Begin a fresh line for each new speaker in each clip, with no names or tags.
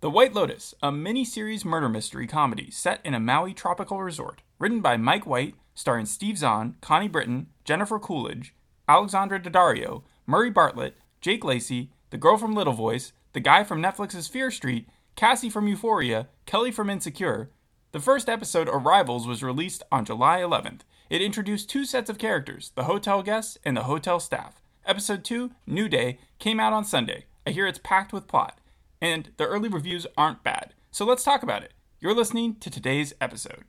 The White Lotus, a mini-series murder mystery comedy set in a Maui tropical resort, written by Mike White, starring Steve Zahn, Connie Britton, Jennifer Coolidge, Alexandra Daddario, Murray Bartlett, Jake Lacey, the girl from Little Voice, the guy from Netflix's Fear Street, Cassie from Euphoria, Kelly from Insecure. The first episode, Arrivals, was released on July 11th. It introduced two sets of characters, the hotel guests and the hotel staff. Episode 2, New Day, came out on Sunday. I hear it's packed with plot, and the early reviews aren't bad. So let's talk about it. You're listening to today's episode.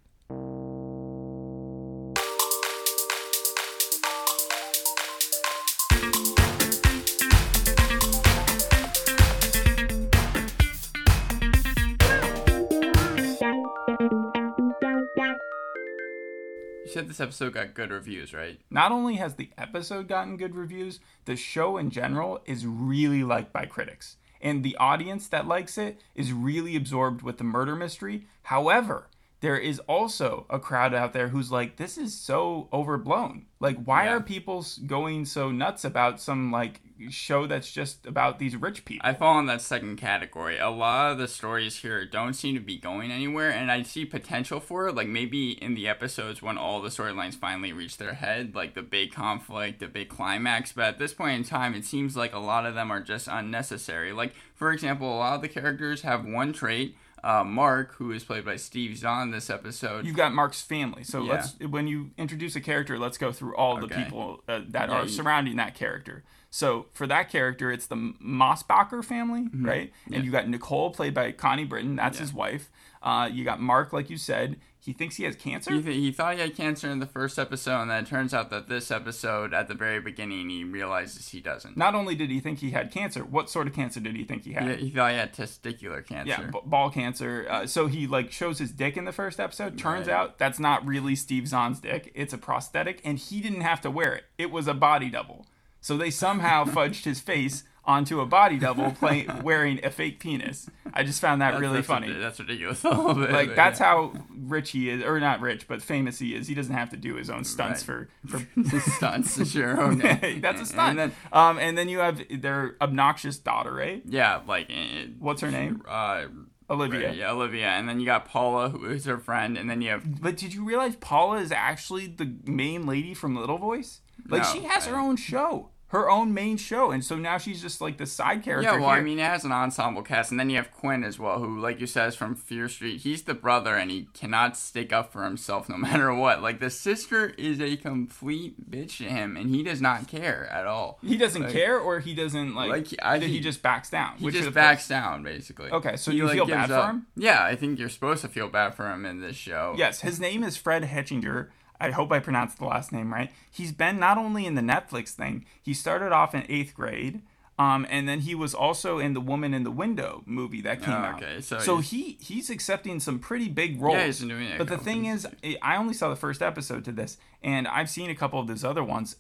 You said this episode got good reviews, right?
Not only has the episode gotten good reviews, the show in general is really liked by critics. And the audience that likes it is really absorbed with the murder mystery. However, there is also a crowd out there who's like, this is so overblown. Like, why
Yeah.
are people s- going so nuts about some, like, show that's just about these rich people?
I fall in that second category. A lot of the stories here don't seem to be going anywhere, and I see potential for it. Like maybe in the episodes when all the storylines finally reach their head, like the big conflict, the big climax. But at this point in time, it seems like a lot of them are just unnecessary. Like, for example, a lot of the characters have one trait. Uh, Mark, who is played by Steve Zahn this episode,
You've got Mark's family. So
Yeah.
let's when you introduce a character, let's go through all the
Okay.
people uh, that
Yeah,
are
you-
surrounding that character. So for that character, it's the M- Mossbacher family,
Mm-hmm.
right? And you got Nicole played by Connie Britton. That's his wife. Uh, you got Mark, like you said. He thinks he has cancer.
He, th- he thought he had cancer in the first episode, and then it turns out that this episode, at the very beginning, he realizes he doesn't.
Not only did he think he had cancer, what sort of cancer did he think he had?
He, he thought he had testicular cancer.
Yeah, b- ball cancer. Uh, so he like shows his dick in the first episode. Turns
Right.
out that's not really Steve Zahn's dick. It's a prosthetic, and he didn't have to wear it. It was a body double. So they somehow fudged his face onto a body double, play, wearing a fake penis. I just found that
That's-
really
that's
funny.
rid- that's ridiculous. a little bit,
like
but
that's
yeah.
how rich he is, or not rich, but famous he is. He doesn't have to do his own stunts
Right.
for, for
stunts. Sure, okay.
that's a stunt.
And then,
um, and then you have their obnoxious daughter, eh? right?
yeah, like it,
What's her name?
Uh,
Olivia.
right, yeah, Olivia. And then you got Paula, who is her friend, and then you have
But did you realize Paula is actually the main lady from Little Voice? Like
No,
she has her
I-
own show, her own main show, and so now she's just like the side character.
Yeah, well,
here.
I mean, it has an ensemble cast, and then you have Quinn as well, who, like you said, is from Fear Street. He's the brother, and he cannot stick up for himself no matter what. Like the sister is a complete bitch to him, and he does not care at all.
he doesn't
like-
care, or he doesn't like.
Like, I-
that he,
he-
just backs down.
He
which is
just
the-
backs down, basically.
Okay, so you feel bad
gives
for
up.
him?
Yeah, I think you're supposed to feel bad for him in this show.
Yes, his name is Fred Hetchinger. I hope I pronounced the last name right. He's been not only in the Netflix thing, he started off in eighth grade. Um, and then he was also in the Woman in the Window movie that came
Oh,
out.
okay, so he's-
he he's accepting some pretty big roles.
Yeah, he's been doing it a
But the
couple
thing is, I I only saw the first episode to this, and I've seen a couple of those other ones.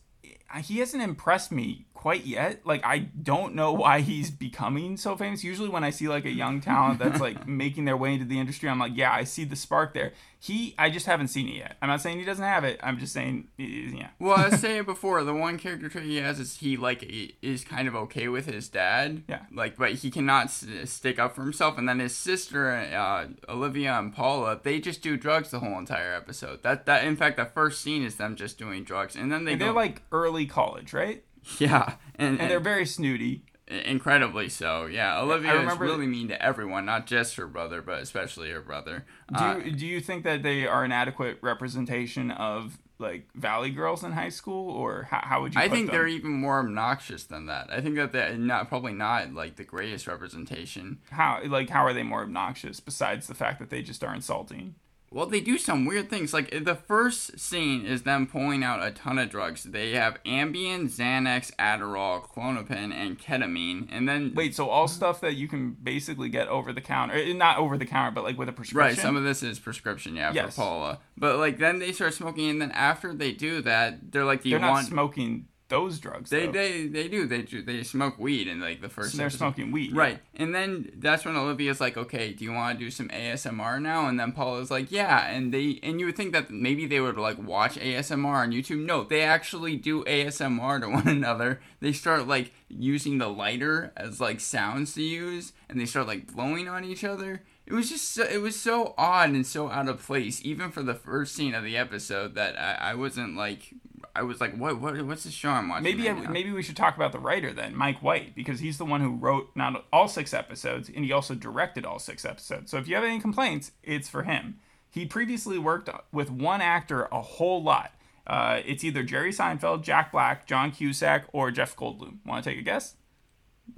I- He hasn't impressed me quite yet. Like I don't know why he's becoming so famous. Usually, when I see like a young talent that's like making their way into the industry, I'm like, yeah, I see the spark there. He, I just haven't seen it yet. I'm not saying he doesn't have it. I'm just saying, eh, yeah.
well, I was saying before, the one character trait he has is he like i- is kind of okay with his dad.
Yeah.
Like, but he cannot s- stick up for himself. And then his sister, uh, Olivia and Paula, they just do drugs the whole entire episode. That that in fact, the first scene is them just doing drugs, and then they
They're
go,
like early college, right?
yeah, and,
And they're very snooty.
incredibly so. Yeah, Olivia is
remember-
really mean to everyone, not just her brother, but especially her brother.
Do
Uh,
you, do you think that they are an adequate representation of like Valley girls in high school, or how, how would you?
I
put
think
them?
they're even more obnoxious than that. I think that they're not probably not like the greatest representation.
how like how are they more obnoxious besides the fact that they just are insulting
Well, they do some weird things. Like the first scene is them pulling out a ton of drugs. They have Ambien, Xanax, Adderall, Clonopin, and ketamine. And then
wait so all stuff that you can basically get over the counter eh, not over the counter but like with a prescription
Right, some of this is prescription, yeah,
Yes.
for Paula. But like then they start smoking, and then after they do that, they're like, "Do you
they're not
want?"
smoking those drugs.
They,
though.
they they do they do they smoke weed in like the first.
they're
episode.
smoking weed.
Right, and then that's when Olivia's like, "Okay, do you want to do some ASMR now?" And then Paula's like, "Yeah." And they and you would think that maybe they would like watch ASMR on YouTube. No, they actually do ASMR to one another. They start like using the lighter as like sounds to use, and they start like blowing on each other. It was just so, it was so odd and so out of place, even for the first scene of the episode. That I, I wasn't like I was like, "What? What? What's the show I'm watching?"
Maybe
right
I,
now?"
maybe we should talk about the writer then, Mike White, because he's the one who wrote not all six episodes, and he also directed all six episodes. So if you have any complaints, it's for him. He previously worked with one actor a whole lot. Uh, it's either Jerry Seinfeld, Jack Black, John Cusack, or Jeff Goldblum. Want to take a guess?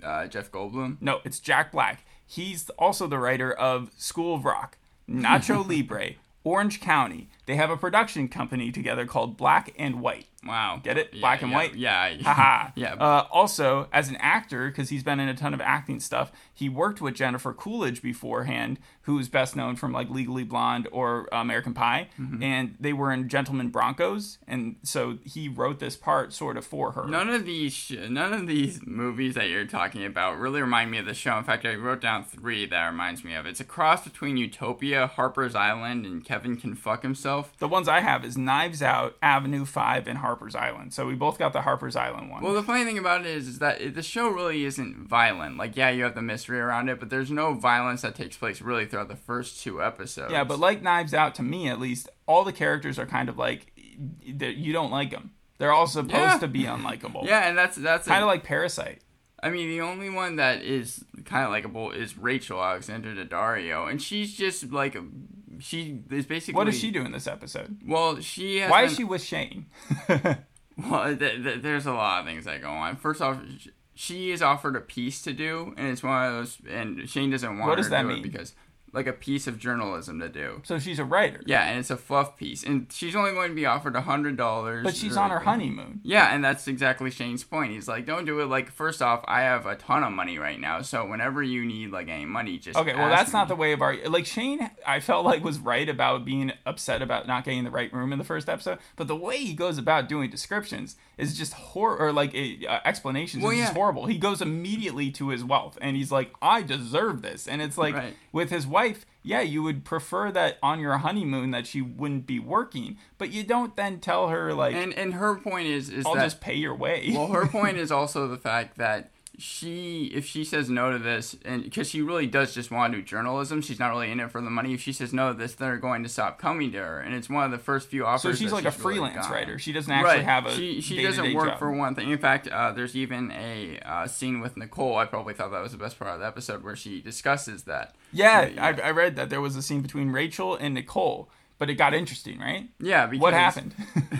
uh, Jeff Goldblum.
No, it's Jack Black. He's also the writer of School of Rock, Nacho Libre, Orange County. They have a production company together called Black and White.
Wow.
Get it?
Yeah,
Black and
yeah,
white?
Yeah. I-
Haha.
Yeah.
Uh, also, as an actor, because he's been in a ton of acting stuff, he worked with Jennifer Coolidge beforehand, who's best known from like Legally Blonde or uh, American Pie,
Mm-hmm.
and they were in Gentleman Broncos, and so he wrote this part sort of for her.
Uh, None of these, sh- none of these movies that you're talking about really remind me of the show. In fact, I wrote down three that reminds me of. It's a cross between Utopia, Harper's Island, and Kevin Can Fuck Himself.
The ones I have is Knives Out, Avenue Five, and Harper's Island. So we both got the Harper's Island one.
Well, the funny thing about it is, is that it, the show really isn't violent. Like, yeah, you have the mystery around it, but there's no violence that takes place really throughout the first two episodes.
yeah, but like Knives Out, to me at least, all the characters are kind of like that. You don't like them. They're all supposed
Yeah.
to be unlikable.
yeah, and that's that's
Kind
a-
of like Parasite.
I mean, the only one that is kind of likable is Rachel Alexander Daddario, and she's just like she is basically.
What does she do in this episode?
Well, she. Has
Why
been-
is she with Shane?
Well, th- th- there's a lot of things that go on. First off, sh- she is offered a piece to do, and it's one of those. And Shane doesn't want
What does
her to
that
do
mean?
it because, like, a piece of journalism to do.
so she's a writer.
Yeah, and it's a fluff piece, and she's only going to be offered a hundred dollars.
But she's on her honeymoon.
Yeah, and that's exactly Shane's point. He's like, don't do it. Like, first off, I have a ton of money right now, so whenever you need like any money, just
Okay, well,
ask
that's not
me.
the way of our. Like, Shane, I felt like, was right about being upset about not getting the right room in the first episode. But the way he goes about doing descriptions is just horror, or like eh, uh, explanations
Well,
is just
yeah.
horrible. He goes immediately to his wealth and he's like, I deserve this. And it's like,
Right.
with his wife, yeah, you would prefer that on your honeymoon that she wouldn't be working, but you don't then tell her, like,
And and her point is is
I'll
that
just pay your way.
well, her point is also the fact that she, if she says no to this, and because she really does just want to do journalism, she's not really in it for the money. If she says no to this, they're going to stop coming to her, and it's one of the first few offers.
So she's
that
like a
really
freelance
gotten.
writer. She doesn't actually have a
she she doesn't
day-to-day
work
job.
for one thing. In fact, uh, there's even a uh, scene with Nicole. I probably thought that was the best part of the episode where she discusses that.
Yeah, I, I read that there was a scene between Rachel and Nicole, but it got interesting, right?
Yeah, because
What happened?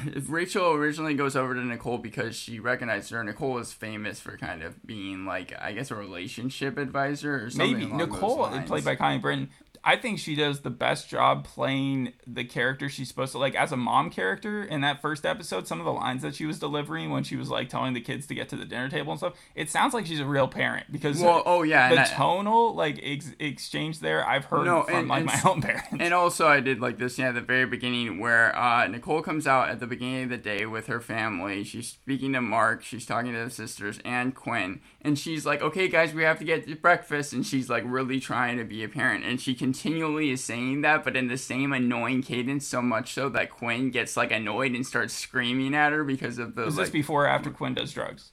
If Rachel originally goes over to Nicole because she recognized her. Nicole is famous for kind of being like, I guess, a relationship advisor or something.
Maybe
along those
Nicole, uh,
lines.
played by Connie Britton. I think she does the best job playing the character she's supposed to like as a mom character in that first episode. Some of the lines that she was delivering when she was like telling the kids to get to the dinner table and stuff, it sounds like she's a real parent because
Well, oh yeah,
the
and, I-
tonal like ex- exchange there I've heard
No,
from
and-
like
and
my
s-
own parents.
and also I did like this scene at the very beginning where uh, Nicole comes out at the beginning of the day with her family. She's speaking to Mark. She's talking to the sisters and Quinn, and she's like, "Okay, guys, we have to get to breakfast." And she's like really trying to be a parent, and she continually is saying that, but in the same annoying cadence, so much so that Quinn gets like annoyed and starts screaming at her because of the
was
like
this before or after Quinn does drugs?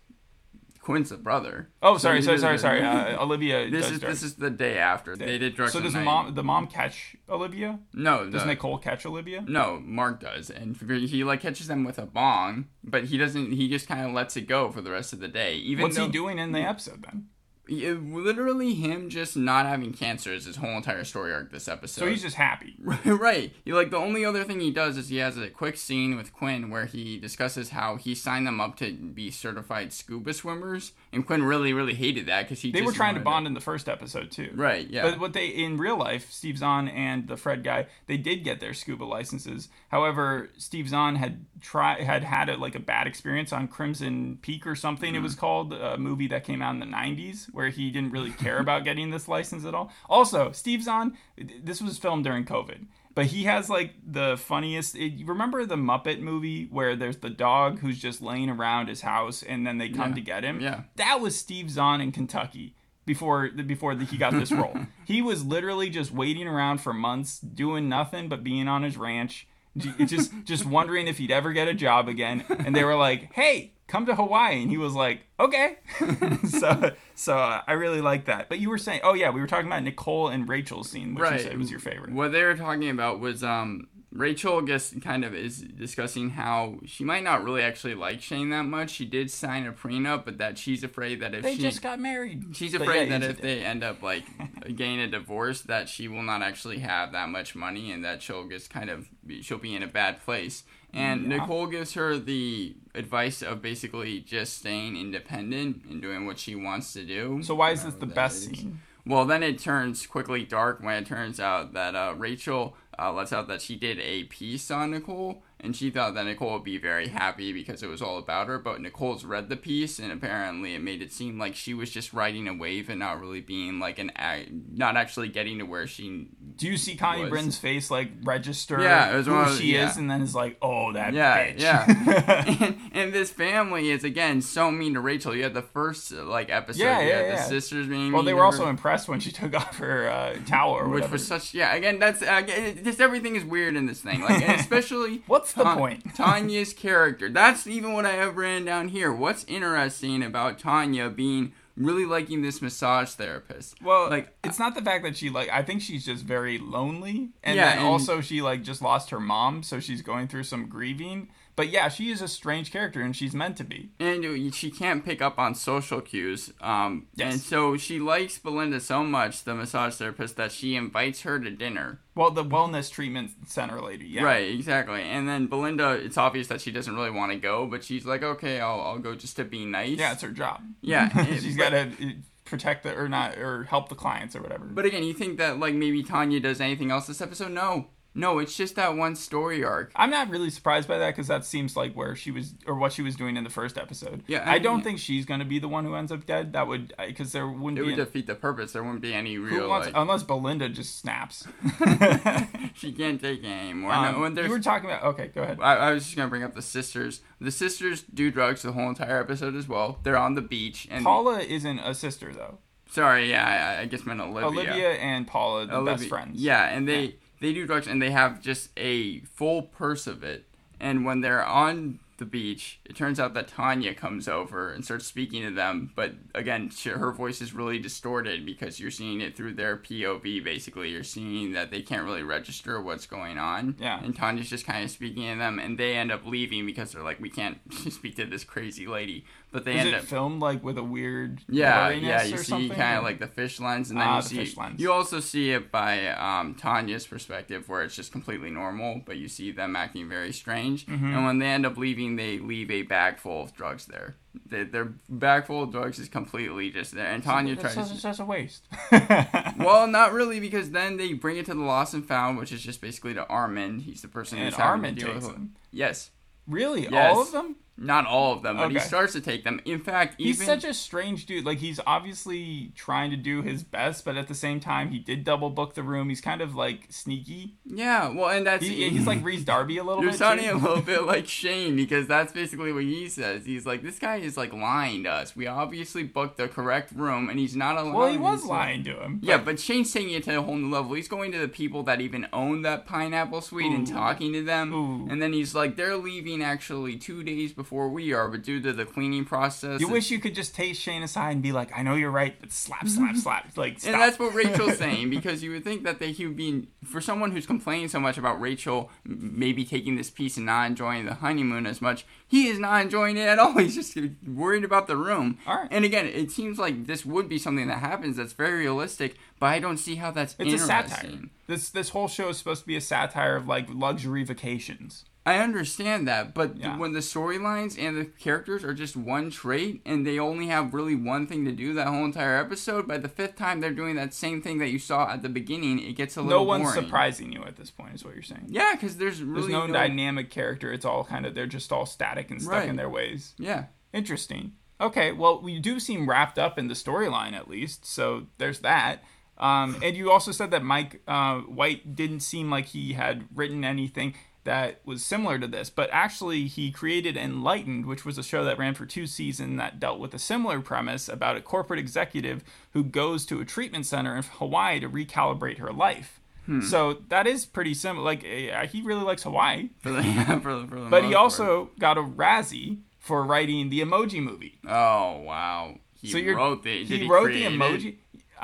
Quinn's the brother.
Oh, sorry,
So
sorry,
this
sorry, sorry.
is-
Uh, Olivia
This
does
is
drugs.
this is the day after they did drugs.
So
at
does
night.
mom the mom catch Olivia?
No,
Does
the-
Nicole catch Olivia?
No, Mark does, and he like catches them with a bong, but he doesn't. He just kind of lets it go for the rest of the day. Even
What's
though,
he doing in the episode then?
Yeah, literally, him just not having cancer is his whole entire story arc this episode.
So he's just happy.
right. You like the only other thing he does is he has a quick scene with Quinn where he discusses how he signed them up to be certified scuba swimmers, and Quinn really, really hated that because he
They were
just
trying to
wanted
bond in the first episode too.
Right. Yeah.
But what they in real life, Steve Zahn and the Fred guy, they did get their scuba licenses. However, Steve Zahn had try had had a, like a bad experience on Crimson Peak or something.
Mm-hmm.
It was called a movie that came out in the '90s where he didn't really care about getting this license at all. Also, Steve Zahn, th- this was filmed during COVID. But he has like the funniest. It, you remember the Muppet movie where there's the dog who's just laying around his house, and then they come
Yeah.
to get him.
Yeah.
that was Steve Zahn in Kentucky before before he got this role. he was literally just waiting around for months, doing nothing but being on his ranch, j- just just wondering if he'd ever get a job again. And they were like, "Hey, come to Hawaii," and he was like, "Okay." so so uh, I really like that. But you were saying, oh yeah, we were talking about Nicole and Rachel's scene, which
Right.
you said was your favorite.
What they were talking about was um Rachel guess kind of is discussing how she might not really actually like Shane that much. She did sign a prenup, but that she's afraid that if
They
she
just got married.
she's
But
afraid
yeah,
that
you-
if they end up like getting a divorce that she will not actually have that much money and that she'll just kind of be, she'll be in a bad place and
Yeah.
nicole gives her the advice of basically just staying independent and doing what she wants to do
So why is this the
Whatever that
best
is.
scene?
Well, then it turns quickly dark when it turns out that uh, Rachel uh, lets out that she did a piece on Nicole, and she thought that Nicole would be very happy because it was all about her. But Nicole's read the piece, and apparently it made it seem like she was just riding a wave and not really being like an act, not actually getting to where she.
Do you see Connie
Was-
Britton's face like register
Yeah, it was one
who
of-
she is,
yeah.
and then is like, "Oh, that
Yeah,
bitch."
yeah. and, and this family is again so mean to Rachel. You had the first uh, like episode.
Yeah,
you
yeah,
had the
yeah.
sisters being.
Well,
mean
they
to
were
her.
also impressed when she took off her uh, towel or
which
whatever.
was such yeah again that's uh, again, just everything is weird in this thing like and especially
What's the
Ta-
point?
tanya's character that's even what i have written down here what's interesting about tanya being really liking this massage therapist
well,
like
like it's not the fact that she like I think she's just very lonely, and
Yeah,
then
and-
also she like just lost her mom, so she's going through some grieving. But yeah, she is a strange character, and she's meant to be.
and she can't pick up on social cues um
Yes.
and so she likes belinda so much the massage therapist that she invites her to dinner
Well, the wellness treatment center lady, yeah,
Right, exactly. And then Belinda, it's obvious that she doesn't really want to go, but she's like, okay, I'll, I'll go just to be nice.
yeah, it's her job.
yeah. and-
she's got to protect the or not or help the clients or whatever.
But again, you think that like maybe Tanya does anything else this episode? No, no, it's just that one story arc.
I'm not really surprised by that because that seems like where she was or what she was doing in the first episode.
Yeah,
I,
I-
don't think she's gonna be the one who ends up dead. That would because there wouldn't
It
be
would
an-
defeat the purpose. There wouldn't be any
Who
real
wants,
like
unless Belinda just snaps.
she can't take it anymore.
Um,
no, when
you
there's,
were talking about okay, go ahead.
I, I was just gonna bring up the sisters. The sisters do drugs the whole entire episode as well. They're on the beach and
Paula isn't a sister though.
sorry, yeah, I, I guess meant Olivia.
Olivia and Paula, the best
Olivia-
friends.
Yeah, and they they do drugs and they have just a full purse of it. And when they're on the beach, it turns out that Tanya comes over and starts speaking to them. But again, she, her voice is really distorted because you're seeing it through their POV. Basically, you're seeing that they can't really register what's going on.
Yeah.
And Tanya's just kind of speaking to them, and they end up leaving because they're like, we can't speak to this crazy lady. But they
Is
end
it
up
filmed like with a weird
uh, yeah,
blurriness
yeah. You
or
see
something?
kind of like the fish lens, and then
Ah,
you
the
see
fish lens.
you also see it by um, Tanya's perspective, where it's just completely normal, but you see them acting very strange.
Mm-hmm.
And when they end up leaving, they leave a bag full of drugs there. They, their bag full of drugs is completely just there, and Tanya
That's
tries.
such, such a waste.
well, not really, because then they bring it to the lost and found, which is just basically to Armin. He's the person
And
who's having
Armin
to deal
takes
with.
them.
Yes,
really,
Yes.
all of them?
not all of them, but he
Okay.
starts to take them. In fact, even
He's such a strange dude. Like he's obviously trying to do his best, but at the same time, he did double book the room. He's kind of like sneaky.
yeah. Well, and that's
He, he's like Reese Darby a little
You're
bit.
sounding
too.
a little bit like Shane because that's basically what he says. He's like, this guy is like lying to us. We obviously booked the correct room, and he's not allowed.
well, he was
to-
lying to him.
Yeah, but Shane's taking it to a whole new level. He's going to the people that even own that pineapple suite and
Ooh.
talking to them.
Ooh.
And then he's like, they're leaving actually two days before we are, but due to the cleaning process.
You wish you could just take Shane aside and be like, "I know you're right, but slap, slap, slap." Like, stop.
And that's what Rachel's saying because you would think that they would be for someone who's complaining so much about Rachel m- maybe taking this piece and not enjoying the honeymoon as much. He is not enjoying it at all. He's just worried about the room.
All right.
And again, it seems like this would be something that happens that's very realistic, but I don't see how that's
it's a
interesting.
satire. This this whole show is supposed to be a satire of like luxury vacations.
I understand that, but th-
Yeah.
when the storylines and the characters are just one trait and they only have really one thing to do that whole entire episode, by the fifth time they're doing that same thing that you saw at the beginning, it gets a little
No one's
boring.
surprising you at this point, is what you're saying.
Yeah, because there's
There's
really
no,
no-
dynamic character. It's all kind of they're just all static and stuck
Right.
in their ways.
Yeah,
Interesting. Okay, well, we do seem wrapped up in the storyline at least, so there's that. Um, and you also said that Mike uh, White didn't seem like he had written anything that was similar to this, but actually he created Enlightened, which was a show that ran for two seasons that dealt with a similar premise about a corporate executive who goes to a treatment center in Hawaii to recalibrate her life. So that is pretty similar. Like uh, he really likes Hawaii,
For the, for the, for the
but he
most part.
also got a Razzie for writing the Emoji Movie.
Oh wow. He
so you're,
wrote the.
he,
did
wrote the
create it?
emoji. Uh,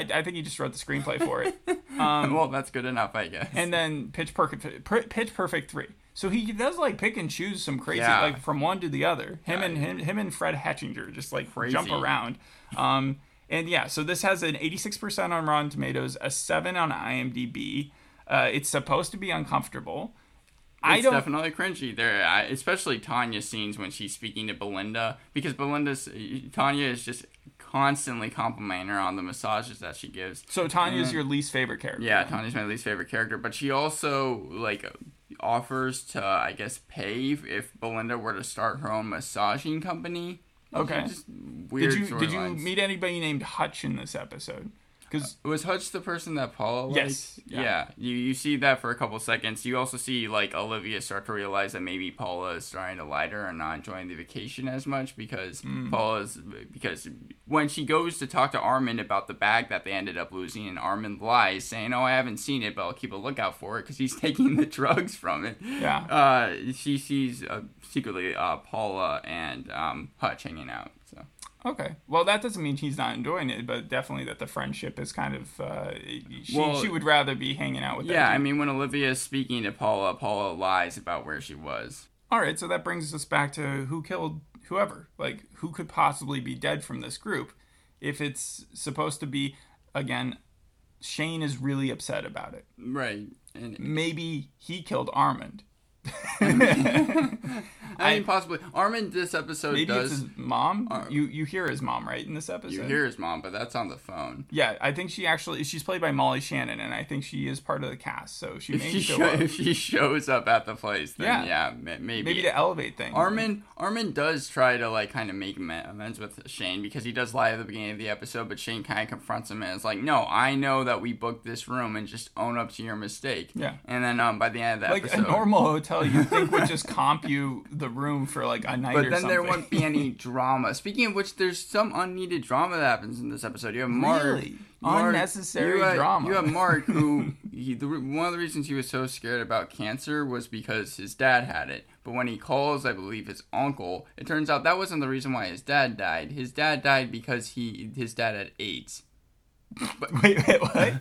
I, I think he just wrote the screenplay for it.
well, that's good enough, I guess.
Um, and then Pitch Perfect, Per- Pitch Perfect three. So he does like pick and choose some crazy
Yeah.
like from one to the other. Him and him, him and Fred Hatchinger just like jump
Crazy.
around. Um, and yeah, so this has an 86% on Rotten Tomatoes, a seven on IMDb. Uh, it's supposed to be uncomfortable. I
it's
don't.
definitely cringy there, I, especially Tanya's scenes when she's speaking to Belinda because Belinda's uh, Tanya is just constantly complimenting her on the massages that she gives.
so Tanya's your least favorite character.
Yeah, Tanya's my least favorite character, but she also like offers to I guess pay if- if Belinda were to start her own massaging company.
Okay.
Just weird
Did you did you
storylines.
meet anybody named Hutch in this episode? Because
Was Hutch the person that Paula liked?
Yes, yeah.
Yeah. You you see that for a couple seconds. You also see like Olivia start to realize that maybe Paula is starting to lie to her and not enjoying the vacation as much because
Hmm.
Paula's because when she goes to talk to Armin about the bag that they ended up losing, and Armin lies saying, "Oh, I haven't seen it, but I'll keep a lookout for it because he's taking the drugs from it."
Yeah.
Uh, she sees uh, secretly uh, Paula and um, Hutch hanging out. So.
Okay. Well, that doesn't mean he's not enjoying it, but definitely that the friendship is kind of. Uh, she,
Well-
she would rather be hanging out with. that
Yeah, I
dude.
mean, when Olivia is speaking to Paula, Paula lies about where she was.
All right, so that brings us back to who killed whoever. Like, who could possibly be dead from this group? If it's supposed to be, again, Shane is really upset about it.
Right. And
Maybe he killed Armand.
I, mean, possibly Armin. This episode
Maybe
does
it's his mom. you you hear his mom right in this episode.
you hear his mom, but that's on the phone.
yeah, I think she actually she's played by Molly Shannon, and I think she is part of the cast, so she
If
may
she,
show
sho-
up.
if she shows up at the place, then yeah, ma- maybe.
Maybe to elevate things.
Armin Armin does try to like kind of make am- amends with Shane because he does lie at the beginning of the episode, but Shane kind of confronts him and is like, "No, I know that we booked this room, and just own up to your mistake."
Yeah.
And then um by the end of the
like
episode,
a normal hotel you think would just comp you the room for like a night
But
or
then
something.
there won't be any drama. Speaking of which, there's some unneeded drama that happens in this episode. You have Mark.
Really?
Mark-
Unnecessary
you had-
drama.
You have Mark, who he, the, re- one of the reasons he was so scared about cancer was because his dad had it. But when he calls, I believe his uncle, it turns out that wasn't the reason why his dad died. His dad died because he his dad had AIDS.
wait, wait, what?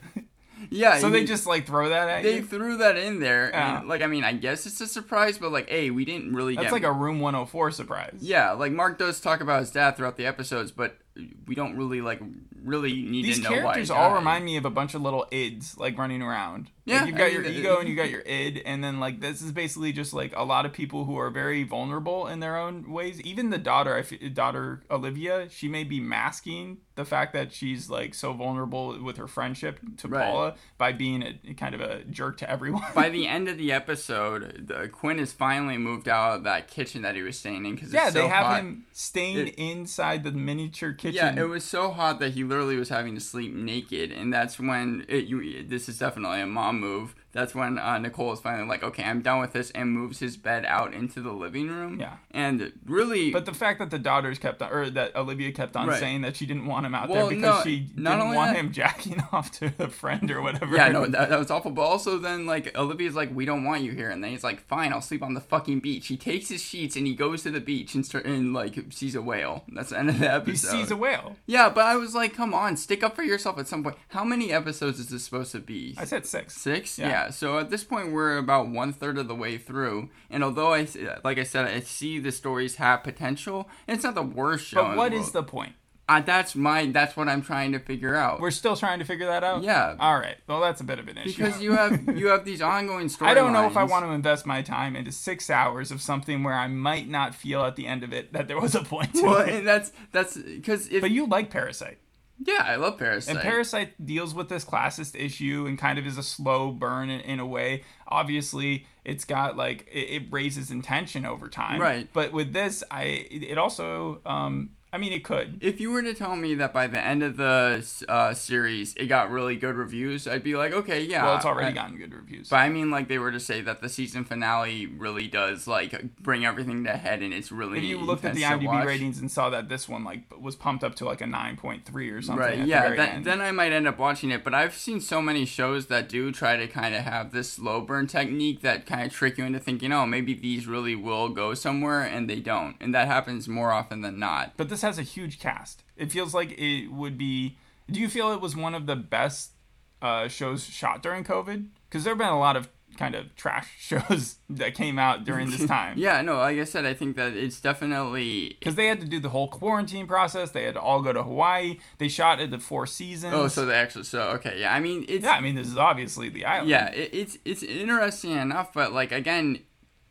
Yeah.
so they
he-
just like throw that at
they
you?
threw that in there.
Yeah.
And, like I mean, I guess it's a surprise, but like, hey, we didn't really
That's
get
like a room 104 surprise.
Yeah, like Mark does talk about his dad throughout the episodes, but we don't really like really need
These
to know why.
characters
he
all
died.
remind me of a bunch of little ids like running around. Like,
Yeah,
you've
I
got
mean,
your
the-
ego and you got your id, and then like this is basically just like a lot of people who are very vulnerable in their own ways. Even the daughter, I f- daughter Olivia, she may be masking the fact that she's like so vulnerable with her friendship to
Right.
Paula by being a kind of a jerk to everyone.
By the end of the episode, the, Quinn is finally moved out of that kitchen that he was staying in because
yeah,
it's so
they have
hot.
him staying
It-
inside the miniature kitchen.
Yeah, it was so hot that he literally was having to sleep naked, and that's when it, you. This is definitely a mom move. That's when uh, Nicole is finally like, "Okay, I'm done with this," and moves his bed out into the living room.
Yeah.
and really,
But the fact that the daughters kept on, or that Olivia kept on
Right.
saying that she didn't want him out
Well,
there because
no,
she
not
didn't
only
want
that-
him jacking off to a friend or whatever.
Yeah, no, that, that was awful. But also, then like Olivia's like, "We don't want you here," and then he's like, "Fine, I'll sleep on the fucking beach." He takes his sheets and he goes to the beach and start and like sees a whale. That's the end of the episode.
he sees a whale.
yeah, but I was like, "Come on, stick up for yourself." At some point, how many episodes is this supposed to be?
I said six.
Six,
Yeah.
yeah. So at this point, we're about one third of the way through, and although I, s- like I said, I see the stories have potential. It's not the worst show.
But what is the point?
Uh, that's my. That's what I'm trying to figure out.
We're still trying to figure that out.
Yeah.
All right. Well, that's a bit of an issue.
because you have you have these ongoing storylines.
I don't know if I want to invest my time into six hours of something where I might not feel at the end of it that there was a point to
Well,
it.
and that's that's because if
But you like Parasite.
yeah, I love Parasite.
And Parasite deals with this classist issue and kind of is a slow burn in, in a way. Obviously, it's got like it, it raises intention over time,
Right.
But with this, I it it also um, I mean, it could.
If you were to tell me that by the end of the uh, series it got really good reviews, I'd be like, okay, yeah.
Well, it's already
I-
gotten good reviews.
But I mean, like they were to say that the season finale really does like bring everything to head, and it's really
if you looked at the
intense to
IMDb
watch.
ratings and saw that this one like was pumped up to like a 9.3 or something,
Right,
at the
yeah,
very
then,
end.
then I might end up watching it, but I've seen so many shows that do try to kind of have this slow burn technique that kind of trick you into thinking, oh, maybe these really will go somewhere, and they don't. And that happens more often than not.
but this has a huge cast. It feels like it would be. Do you feel it was one of the best uh, shows shot during COVID? Because there have been a lot of kind of trash shows that came out during this time.
Yeah, no, like I said, I think that it's definitely.
Because they had to do the whole quarantine process. They had to all go to Hawaii. They shot at the Four Seasons.
Oh, so they actually. So, okay, yeah, I mean, it's.
yeah, I mean, this is obviously the island.
yeah it, it's it's interesting enough but like again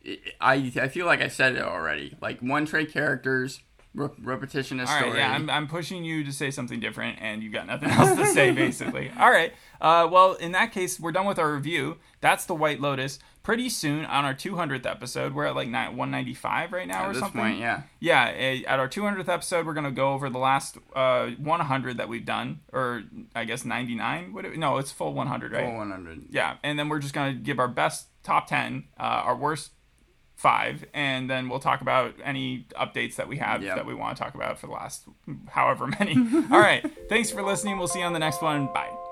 i i I feel like i said it already like one trait characters re- repetition of
All
story
right, yeah, I'm, I'm pushing you to say something different, and you've got nothing else to say, basically. All right, uh, well, in that case, we're done with our review. That's The White Lotus. Pretty soon, on our 200th episode, we're at like ni- 195 right now
at
or
this
something.
point yeah
Yeah, eh, at our 200th episode, we're going to go over the last uh, 100 that we've done, or I guess 99. What it, no, it's full 100, right?
full 100
Yeah, and then we're just going to give our best top 10, uh, our worst five, and then we'll talk about any updates that we have
Yep.
that we want to talk about for the last however many. All right, thanks for listening. We'll see you on the next one. Bye.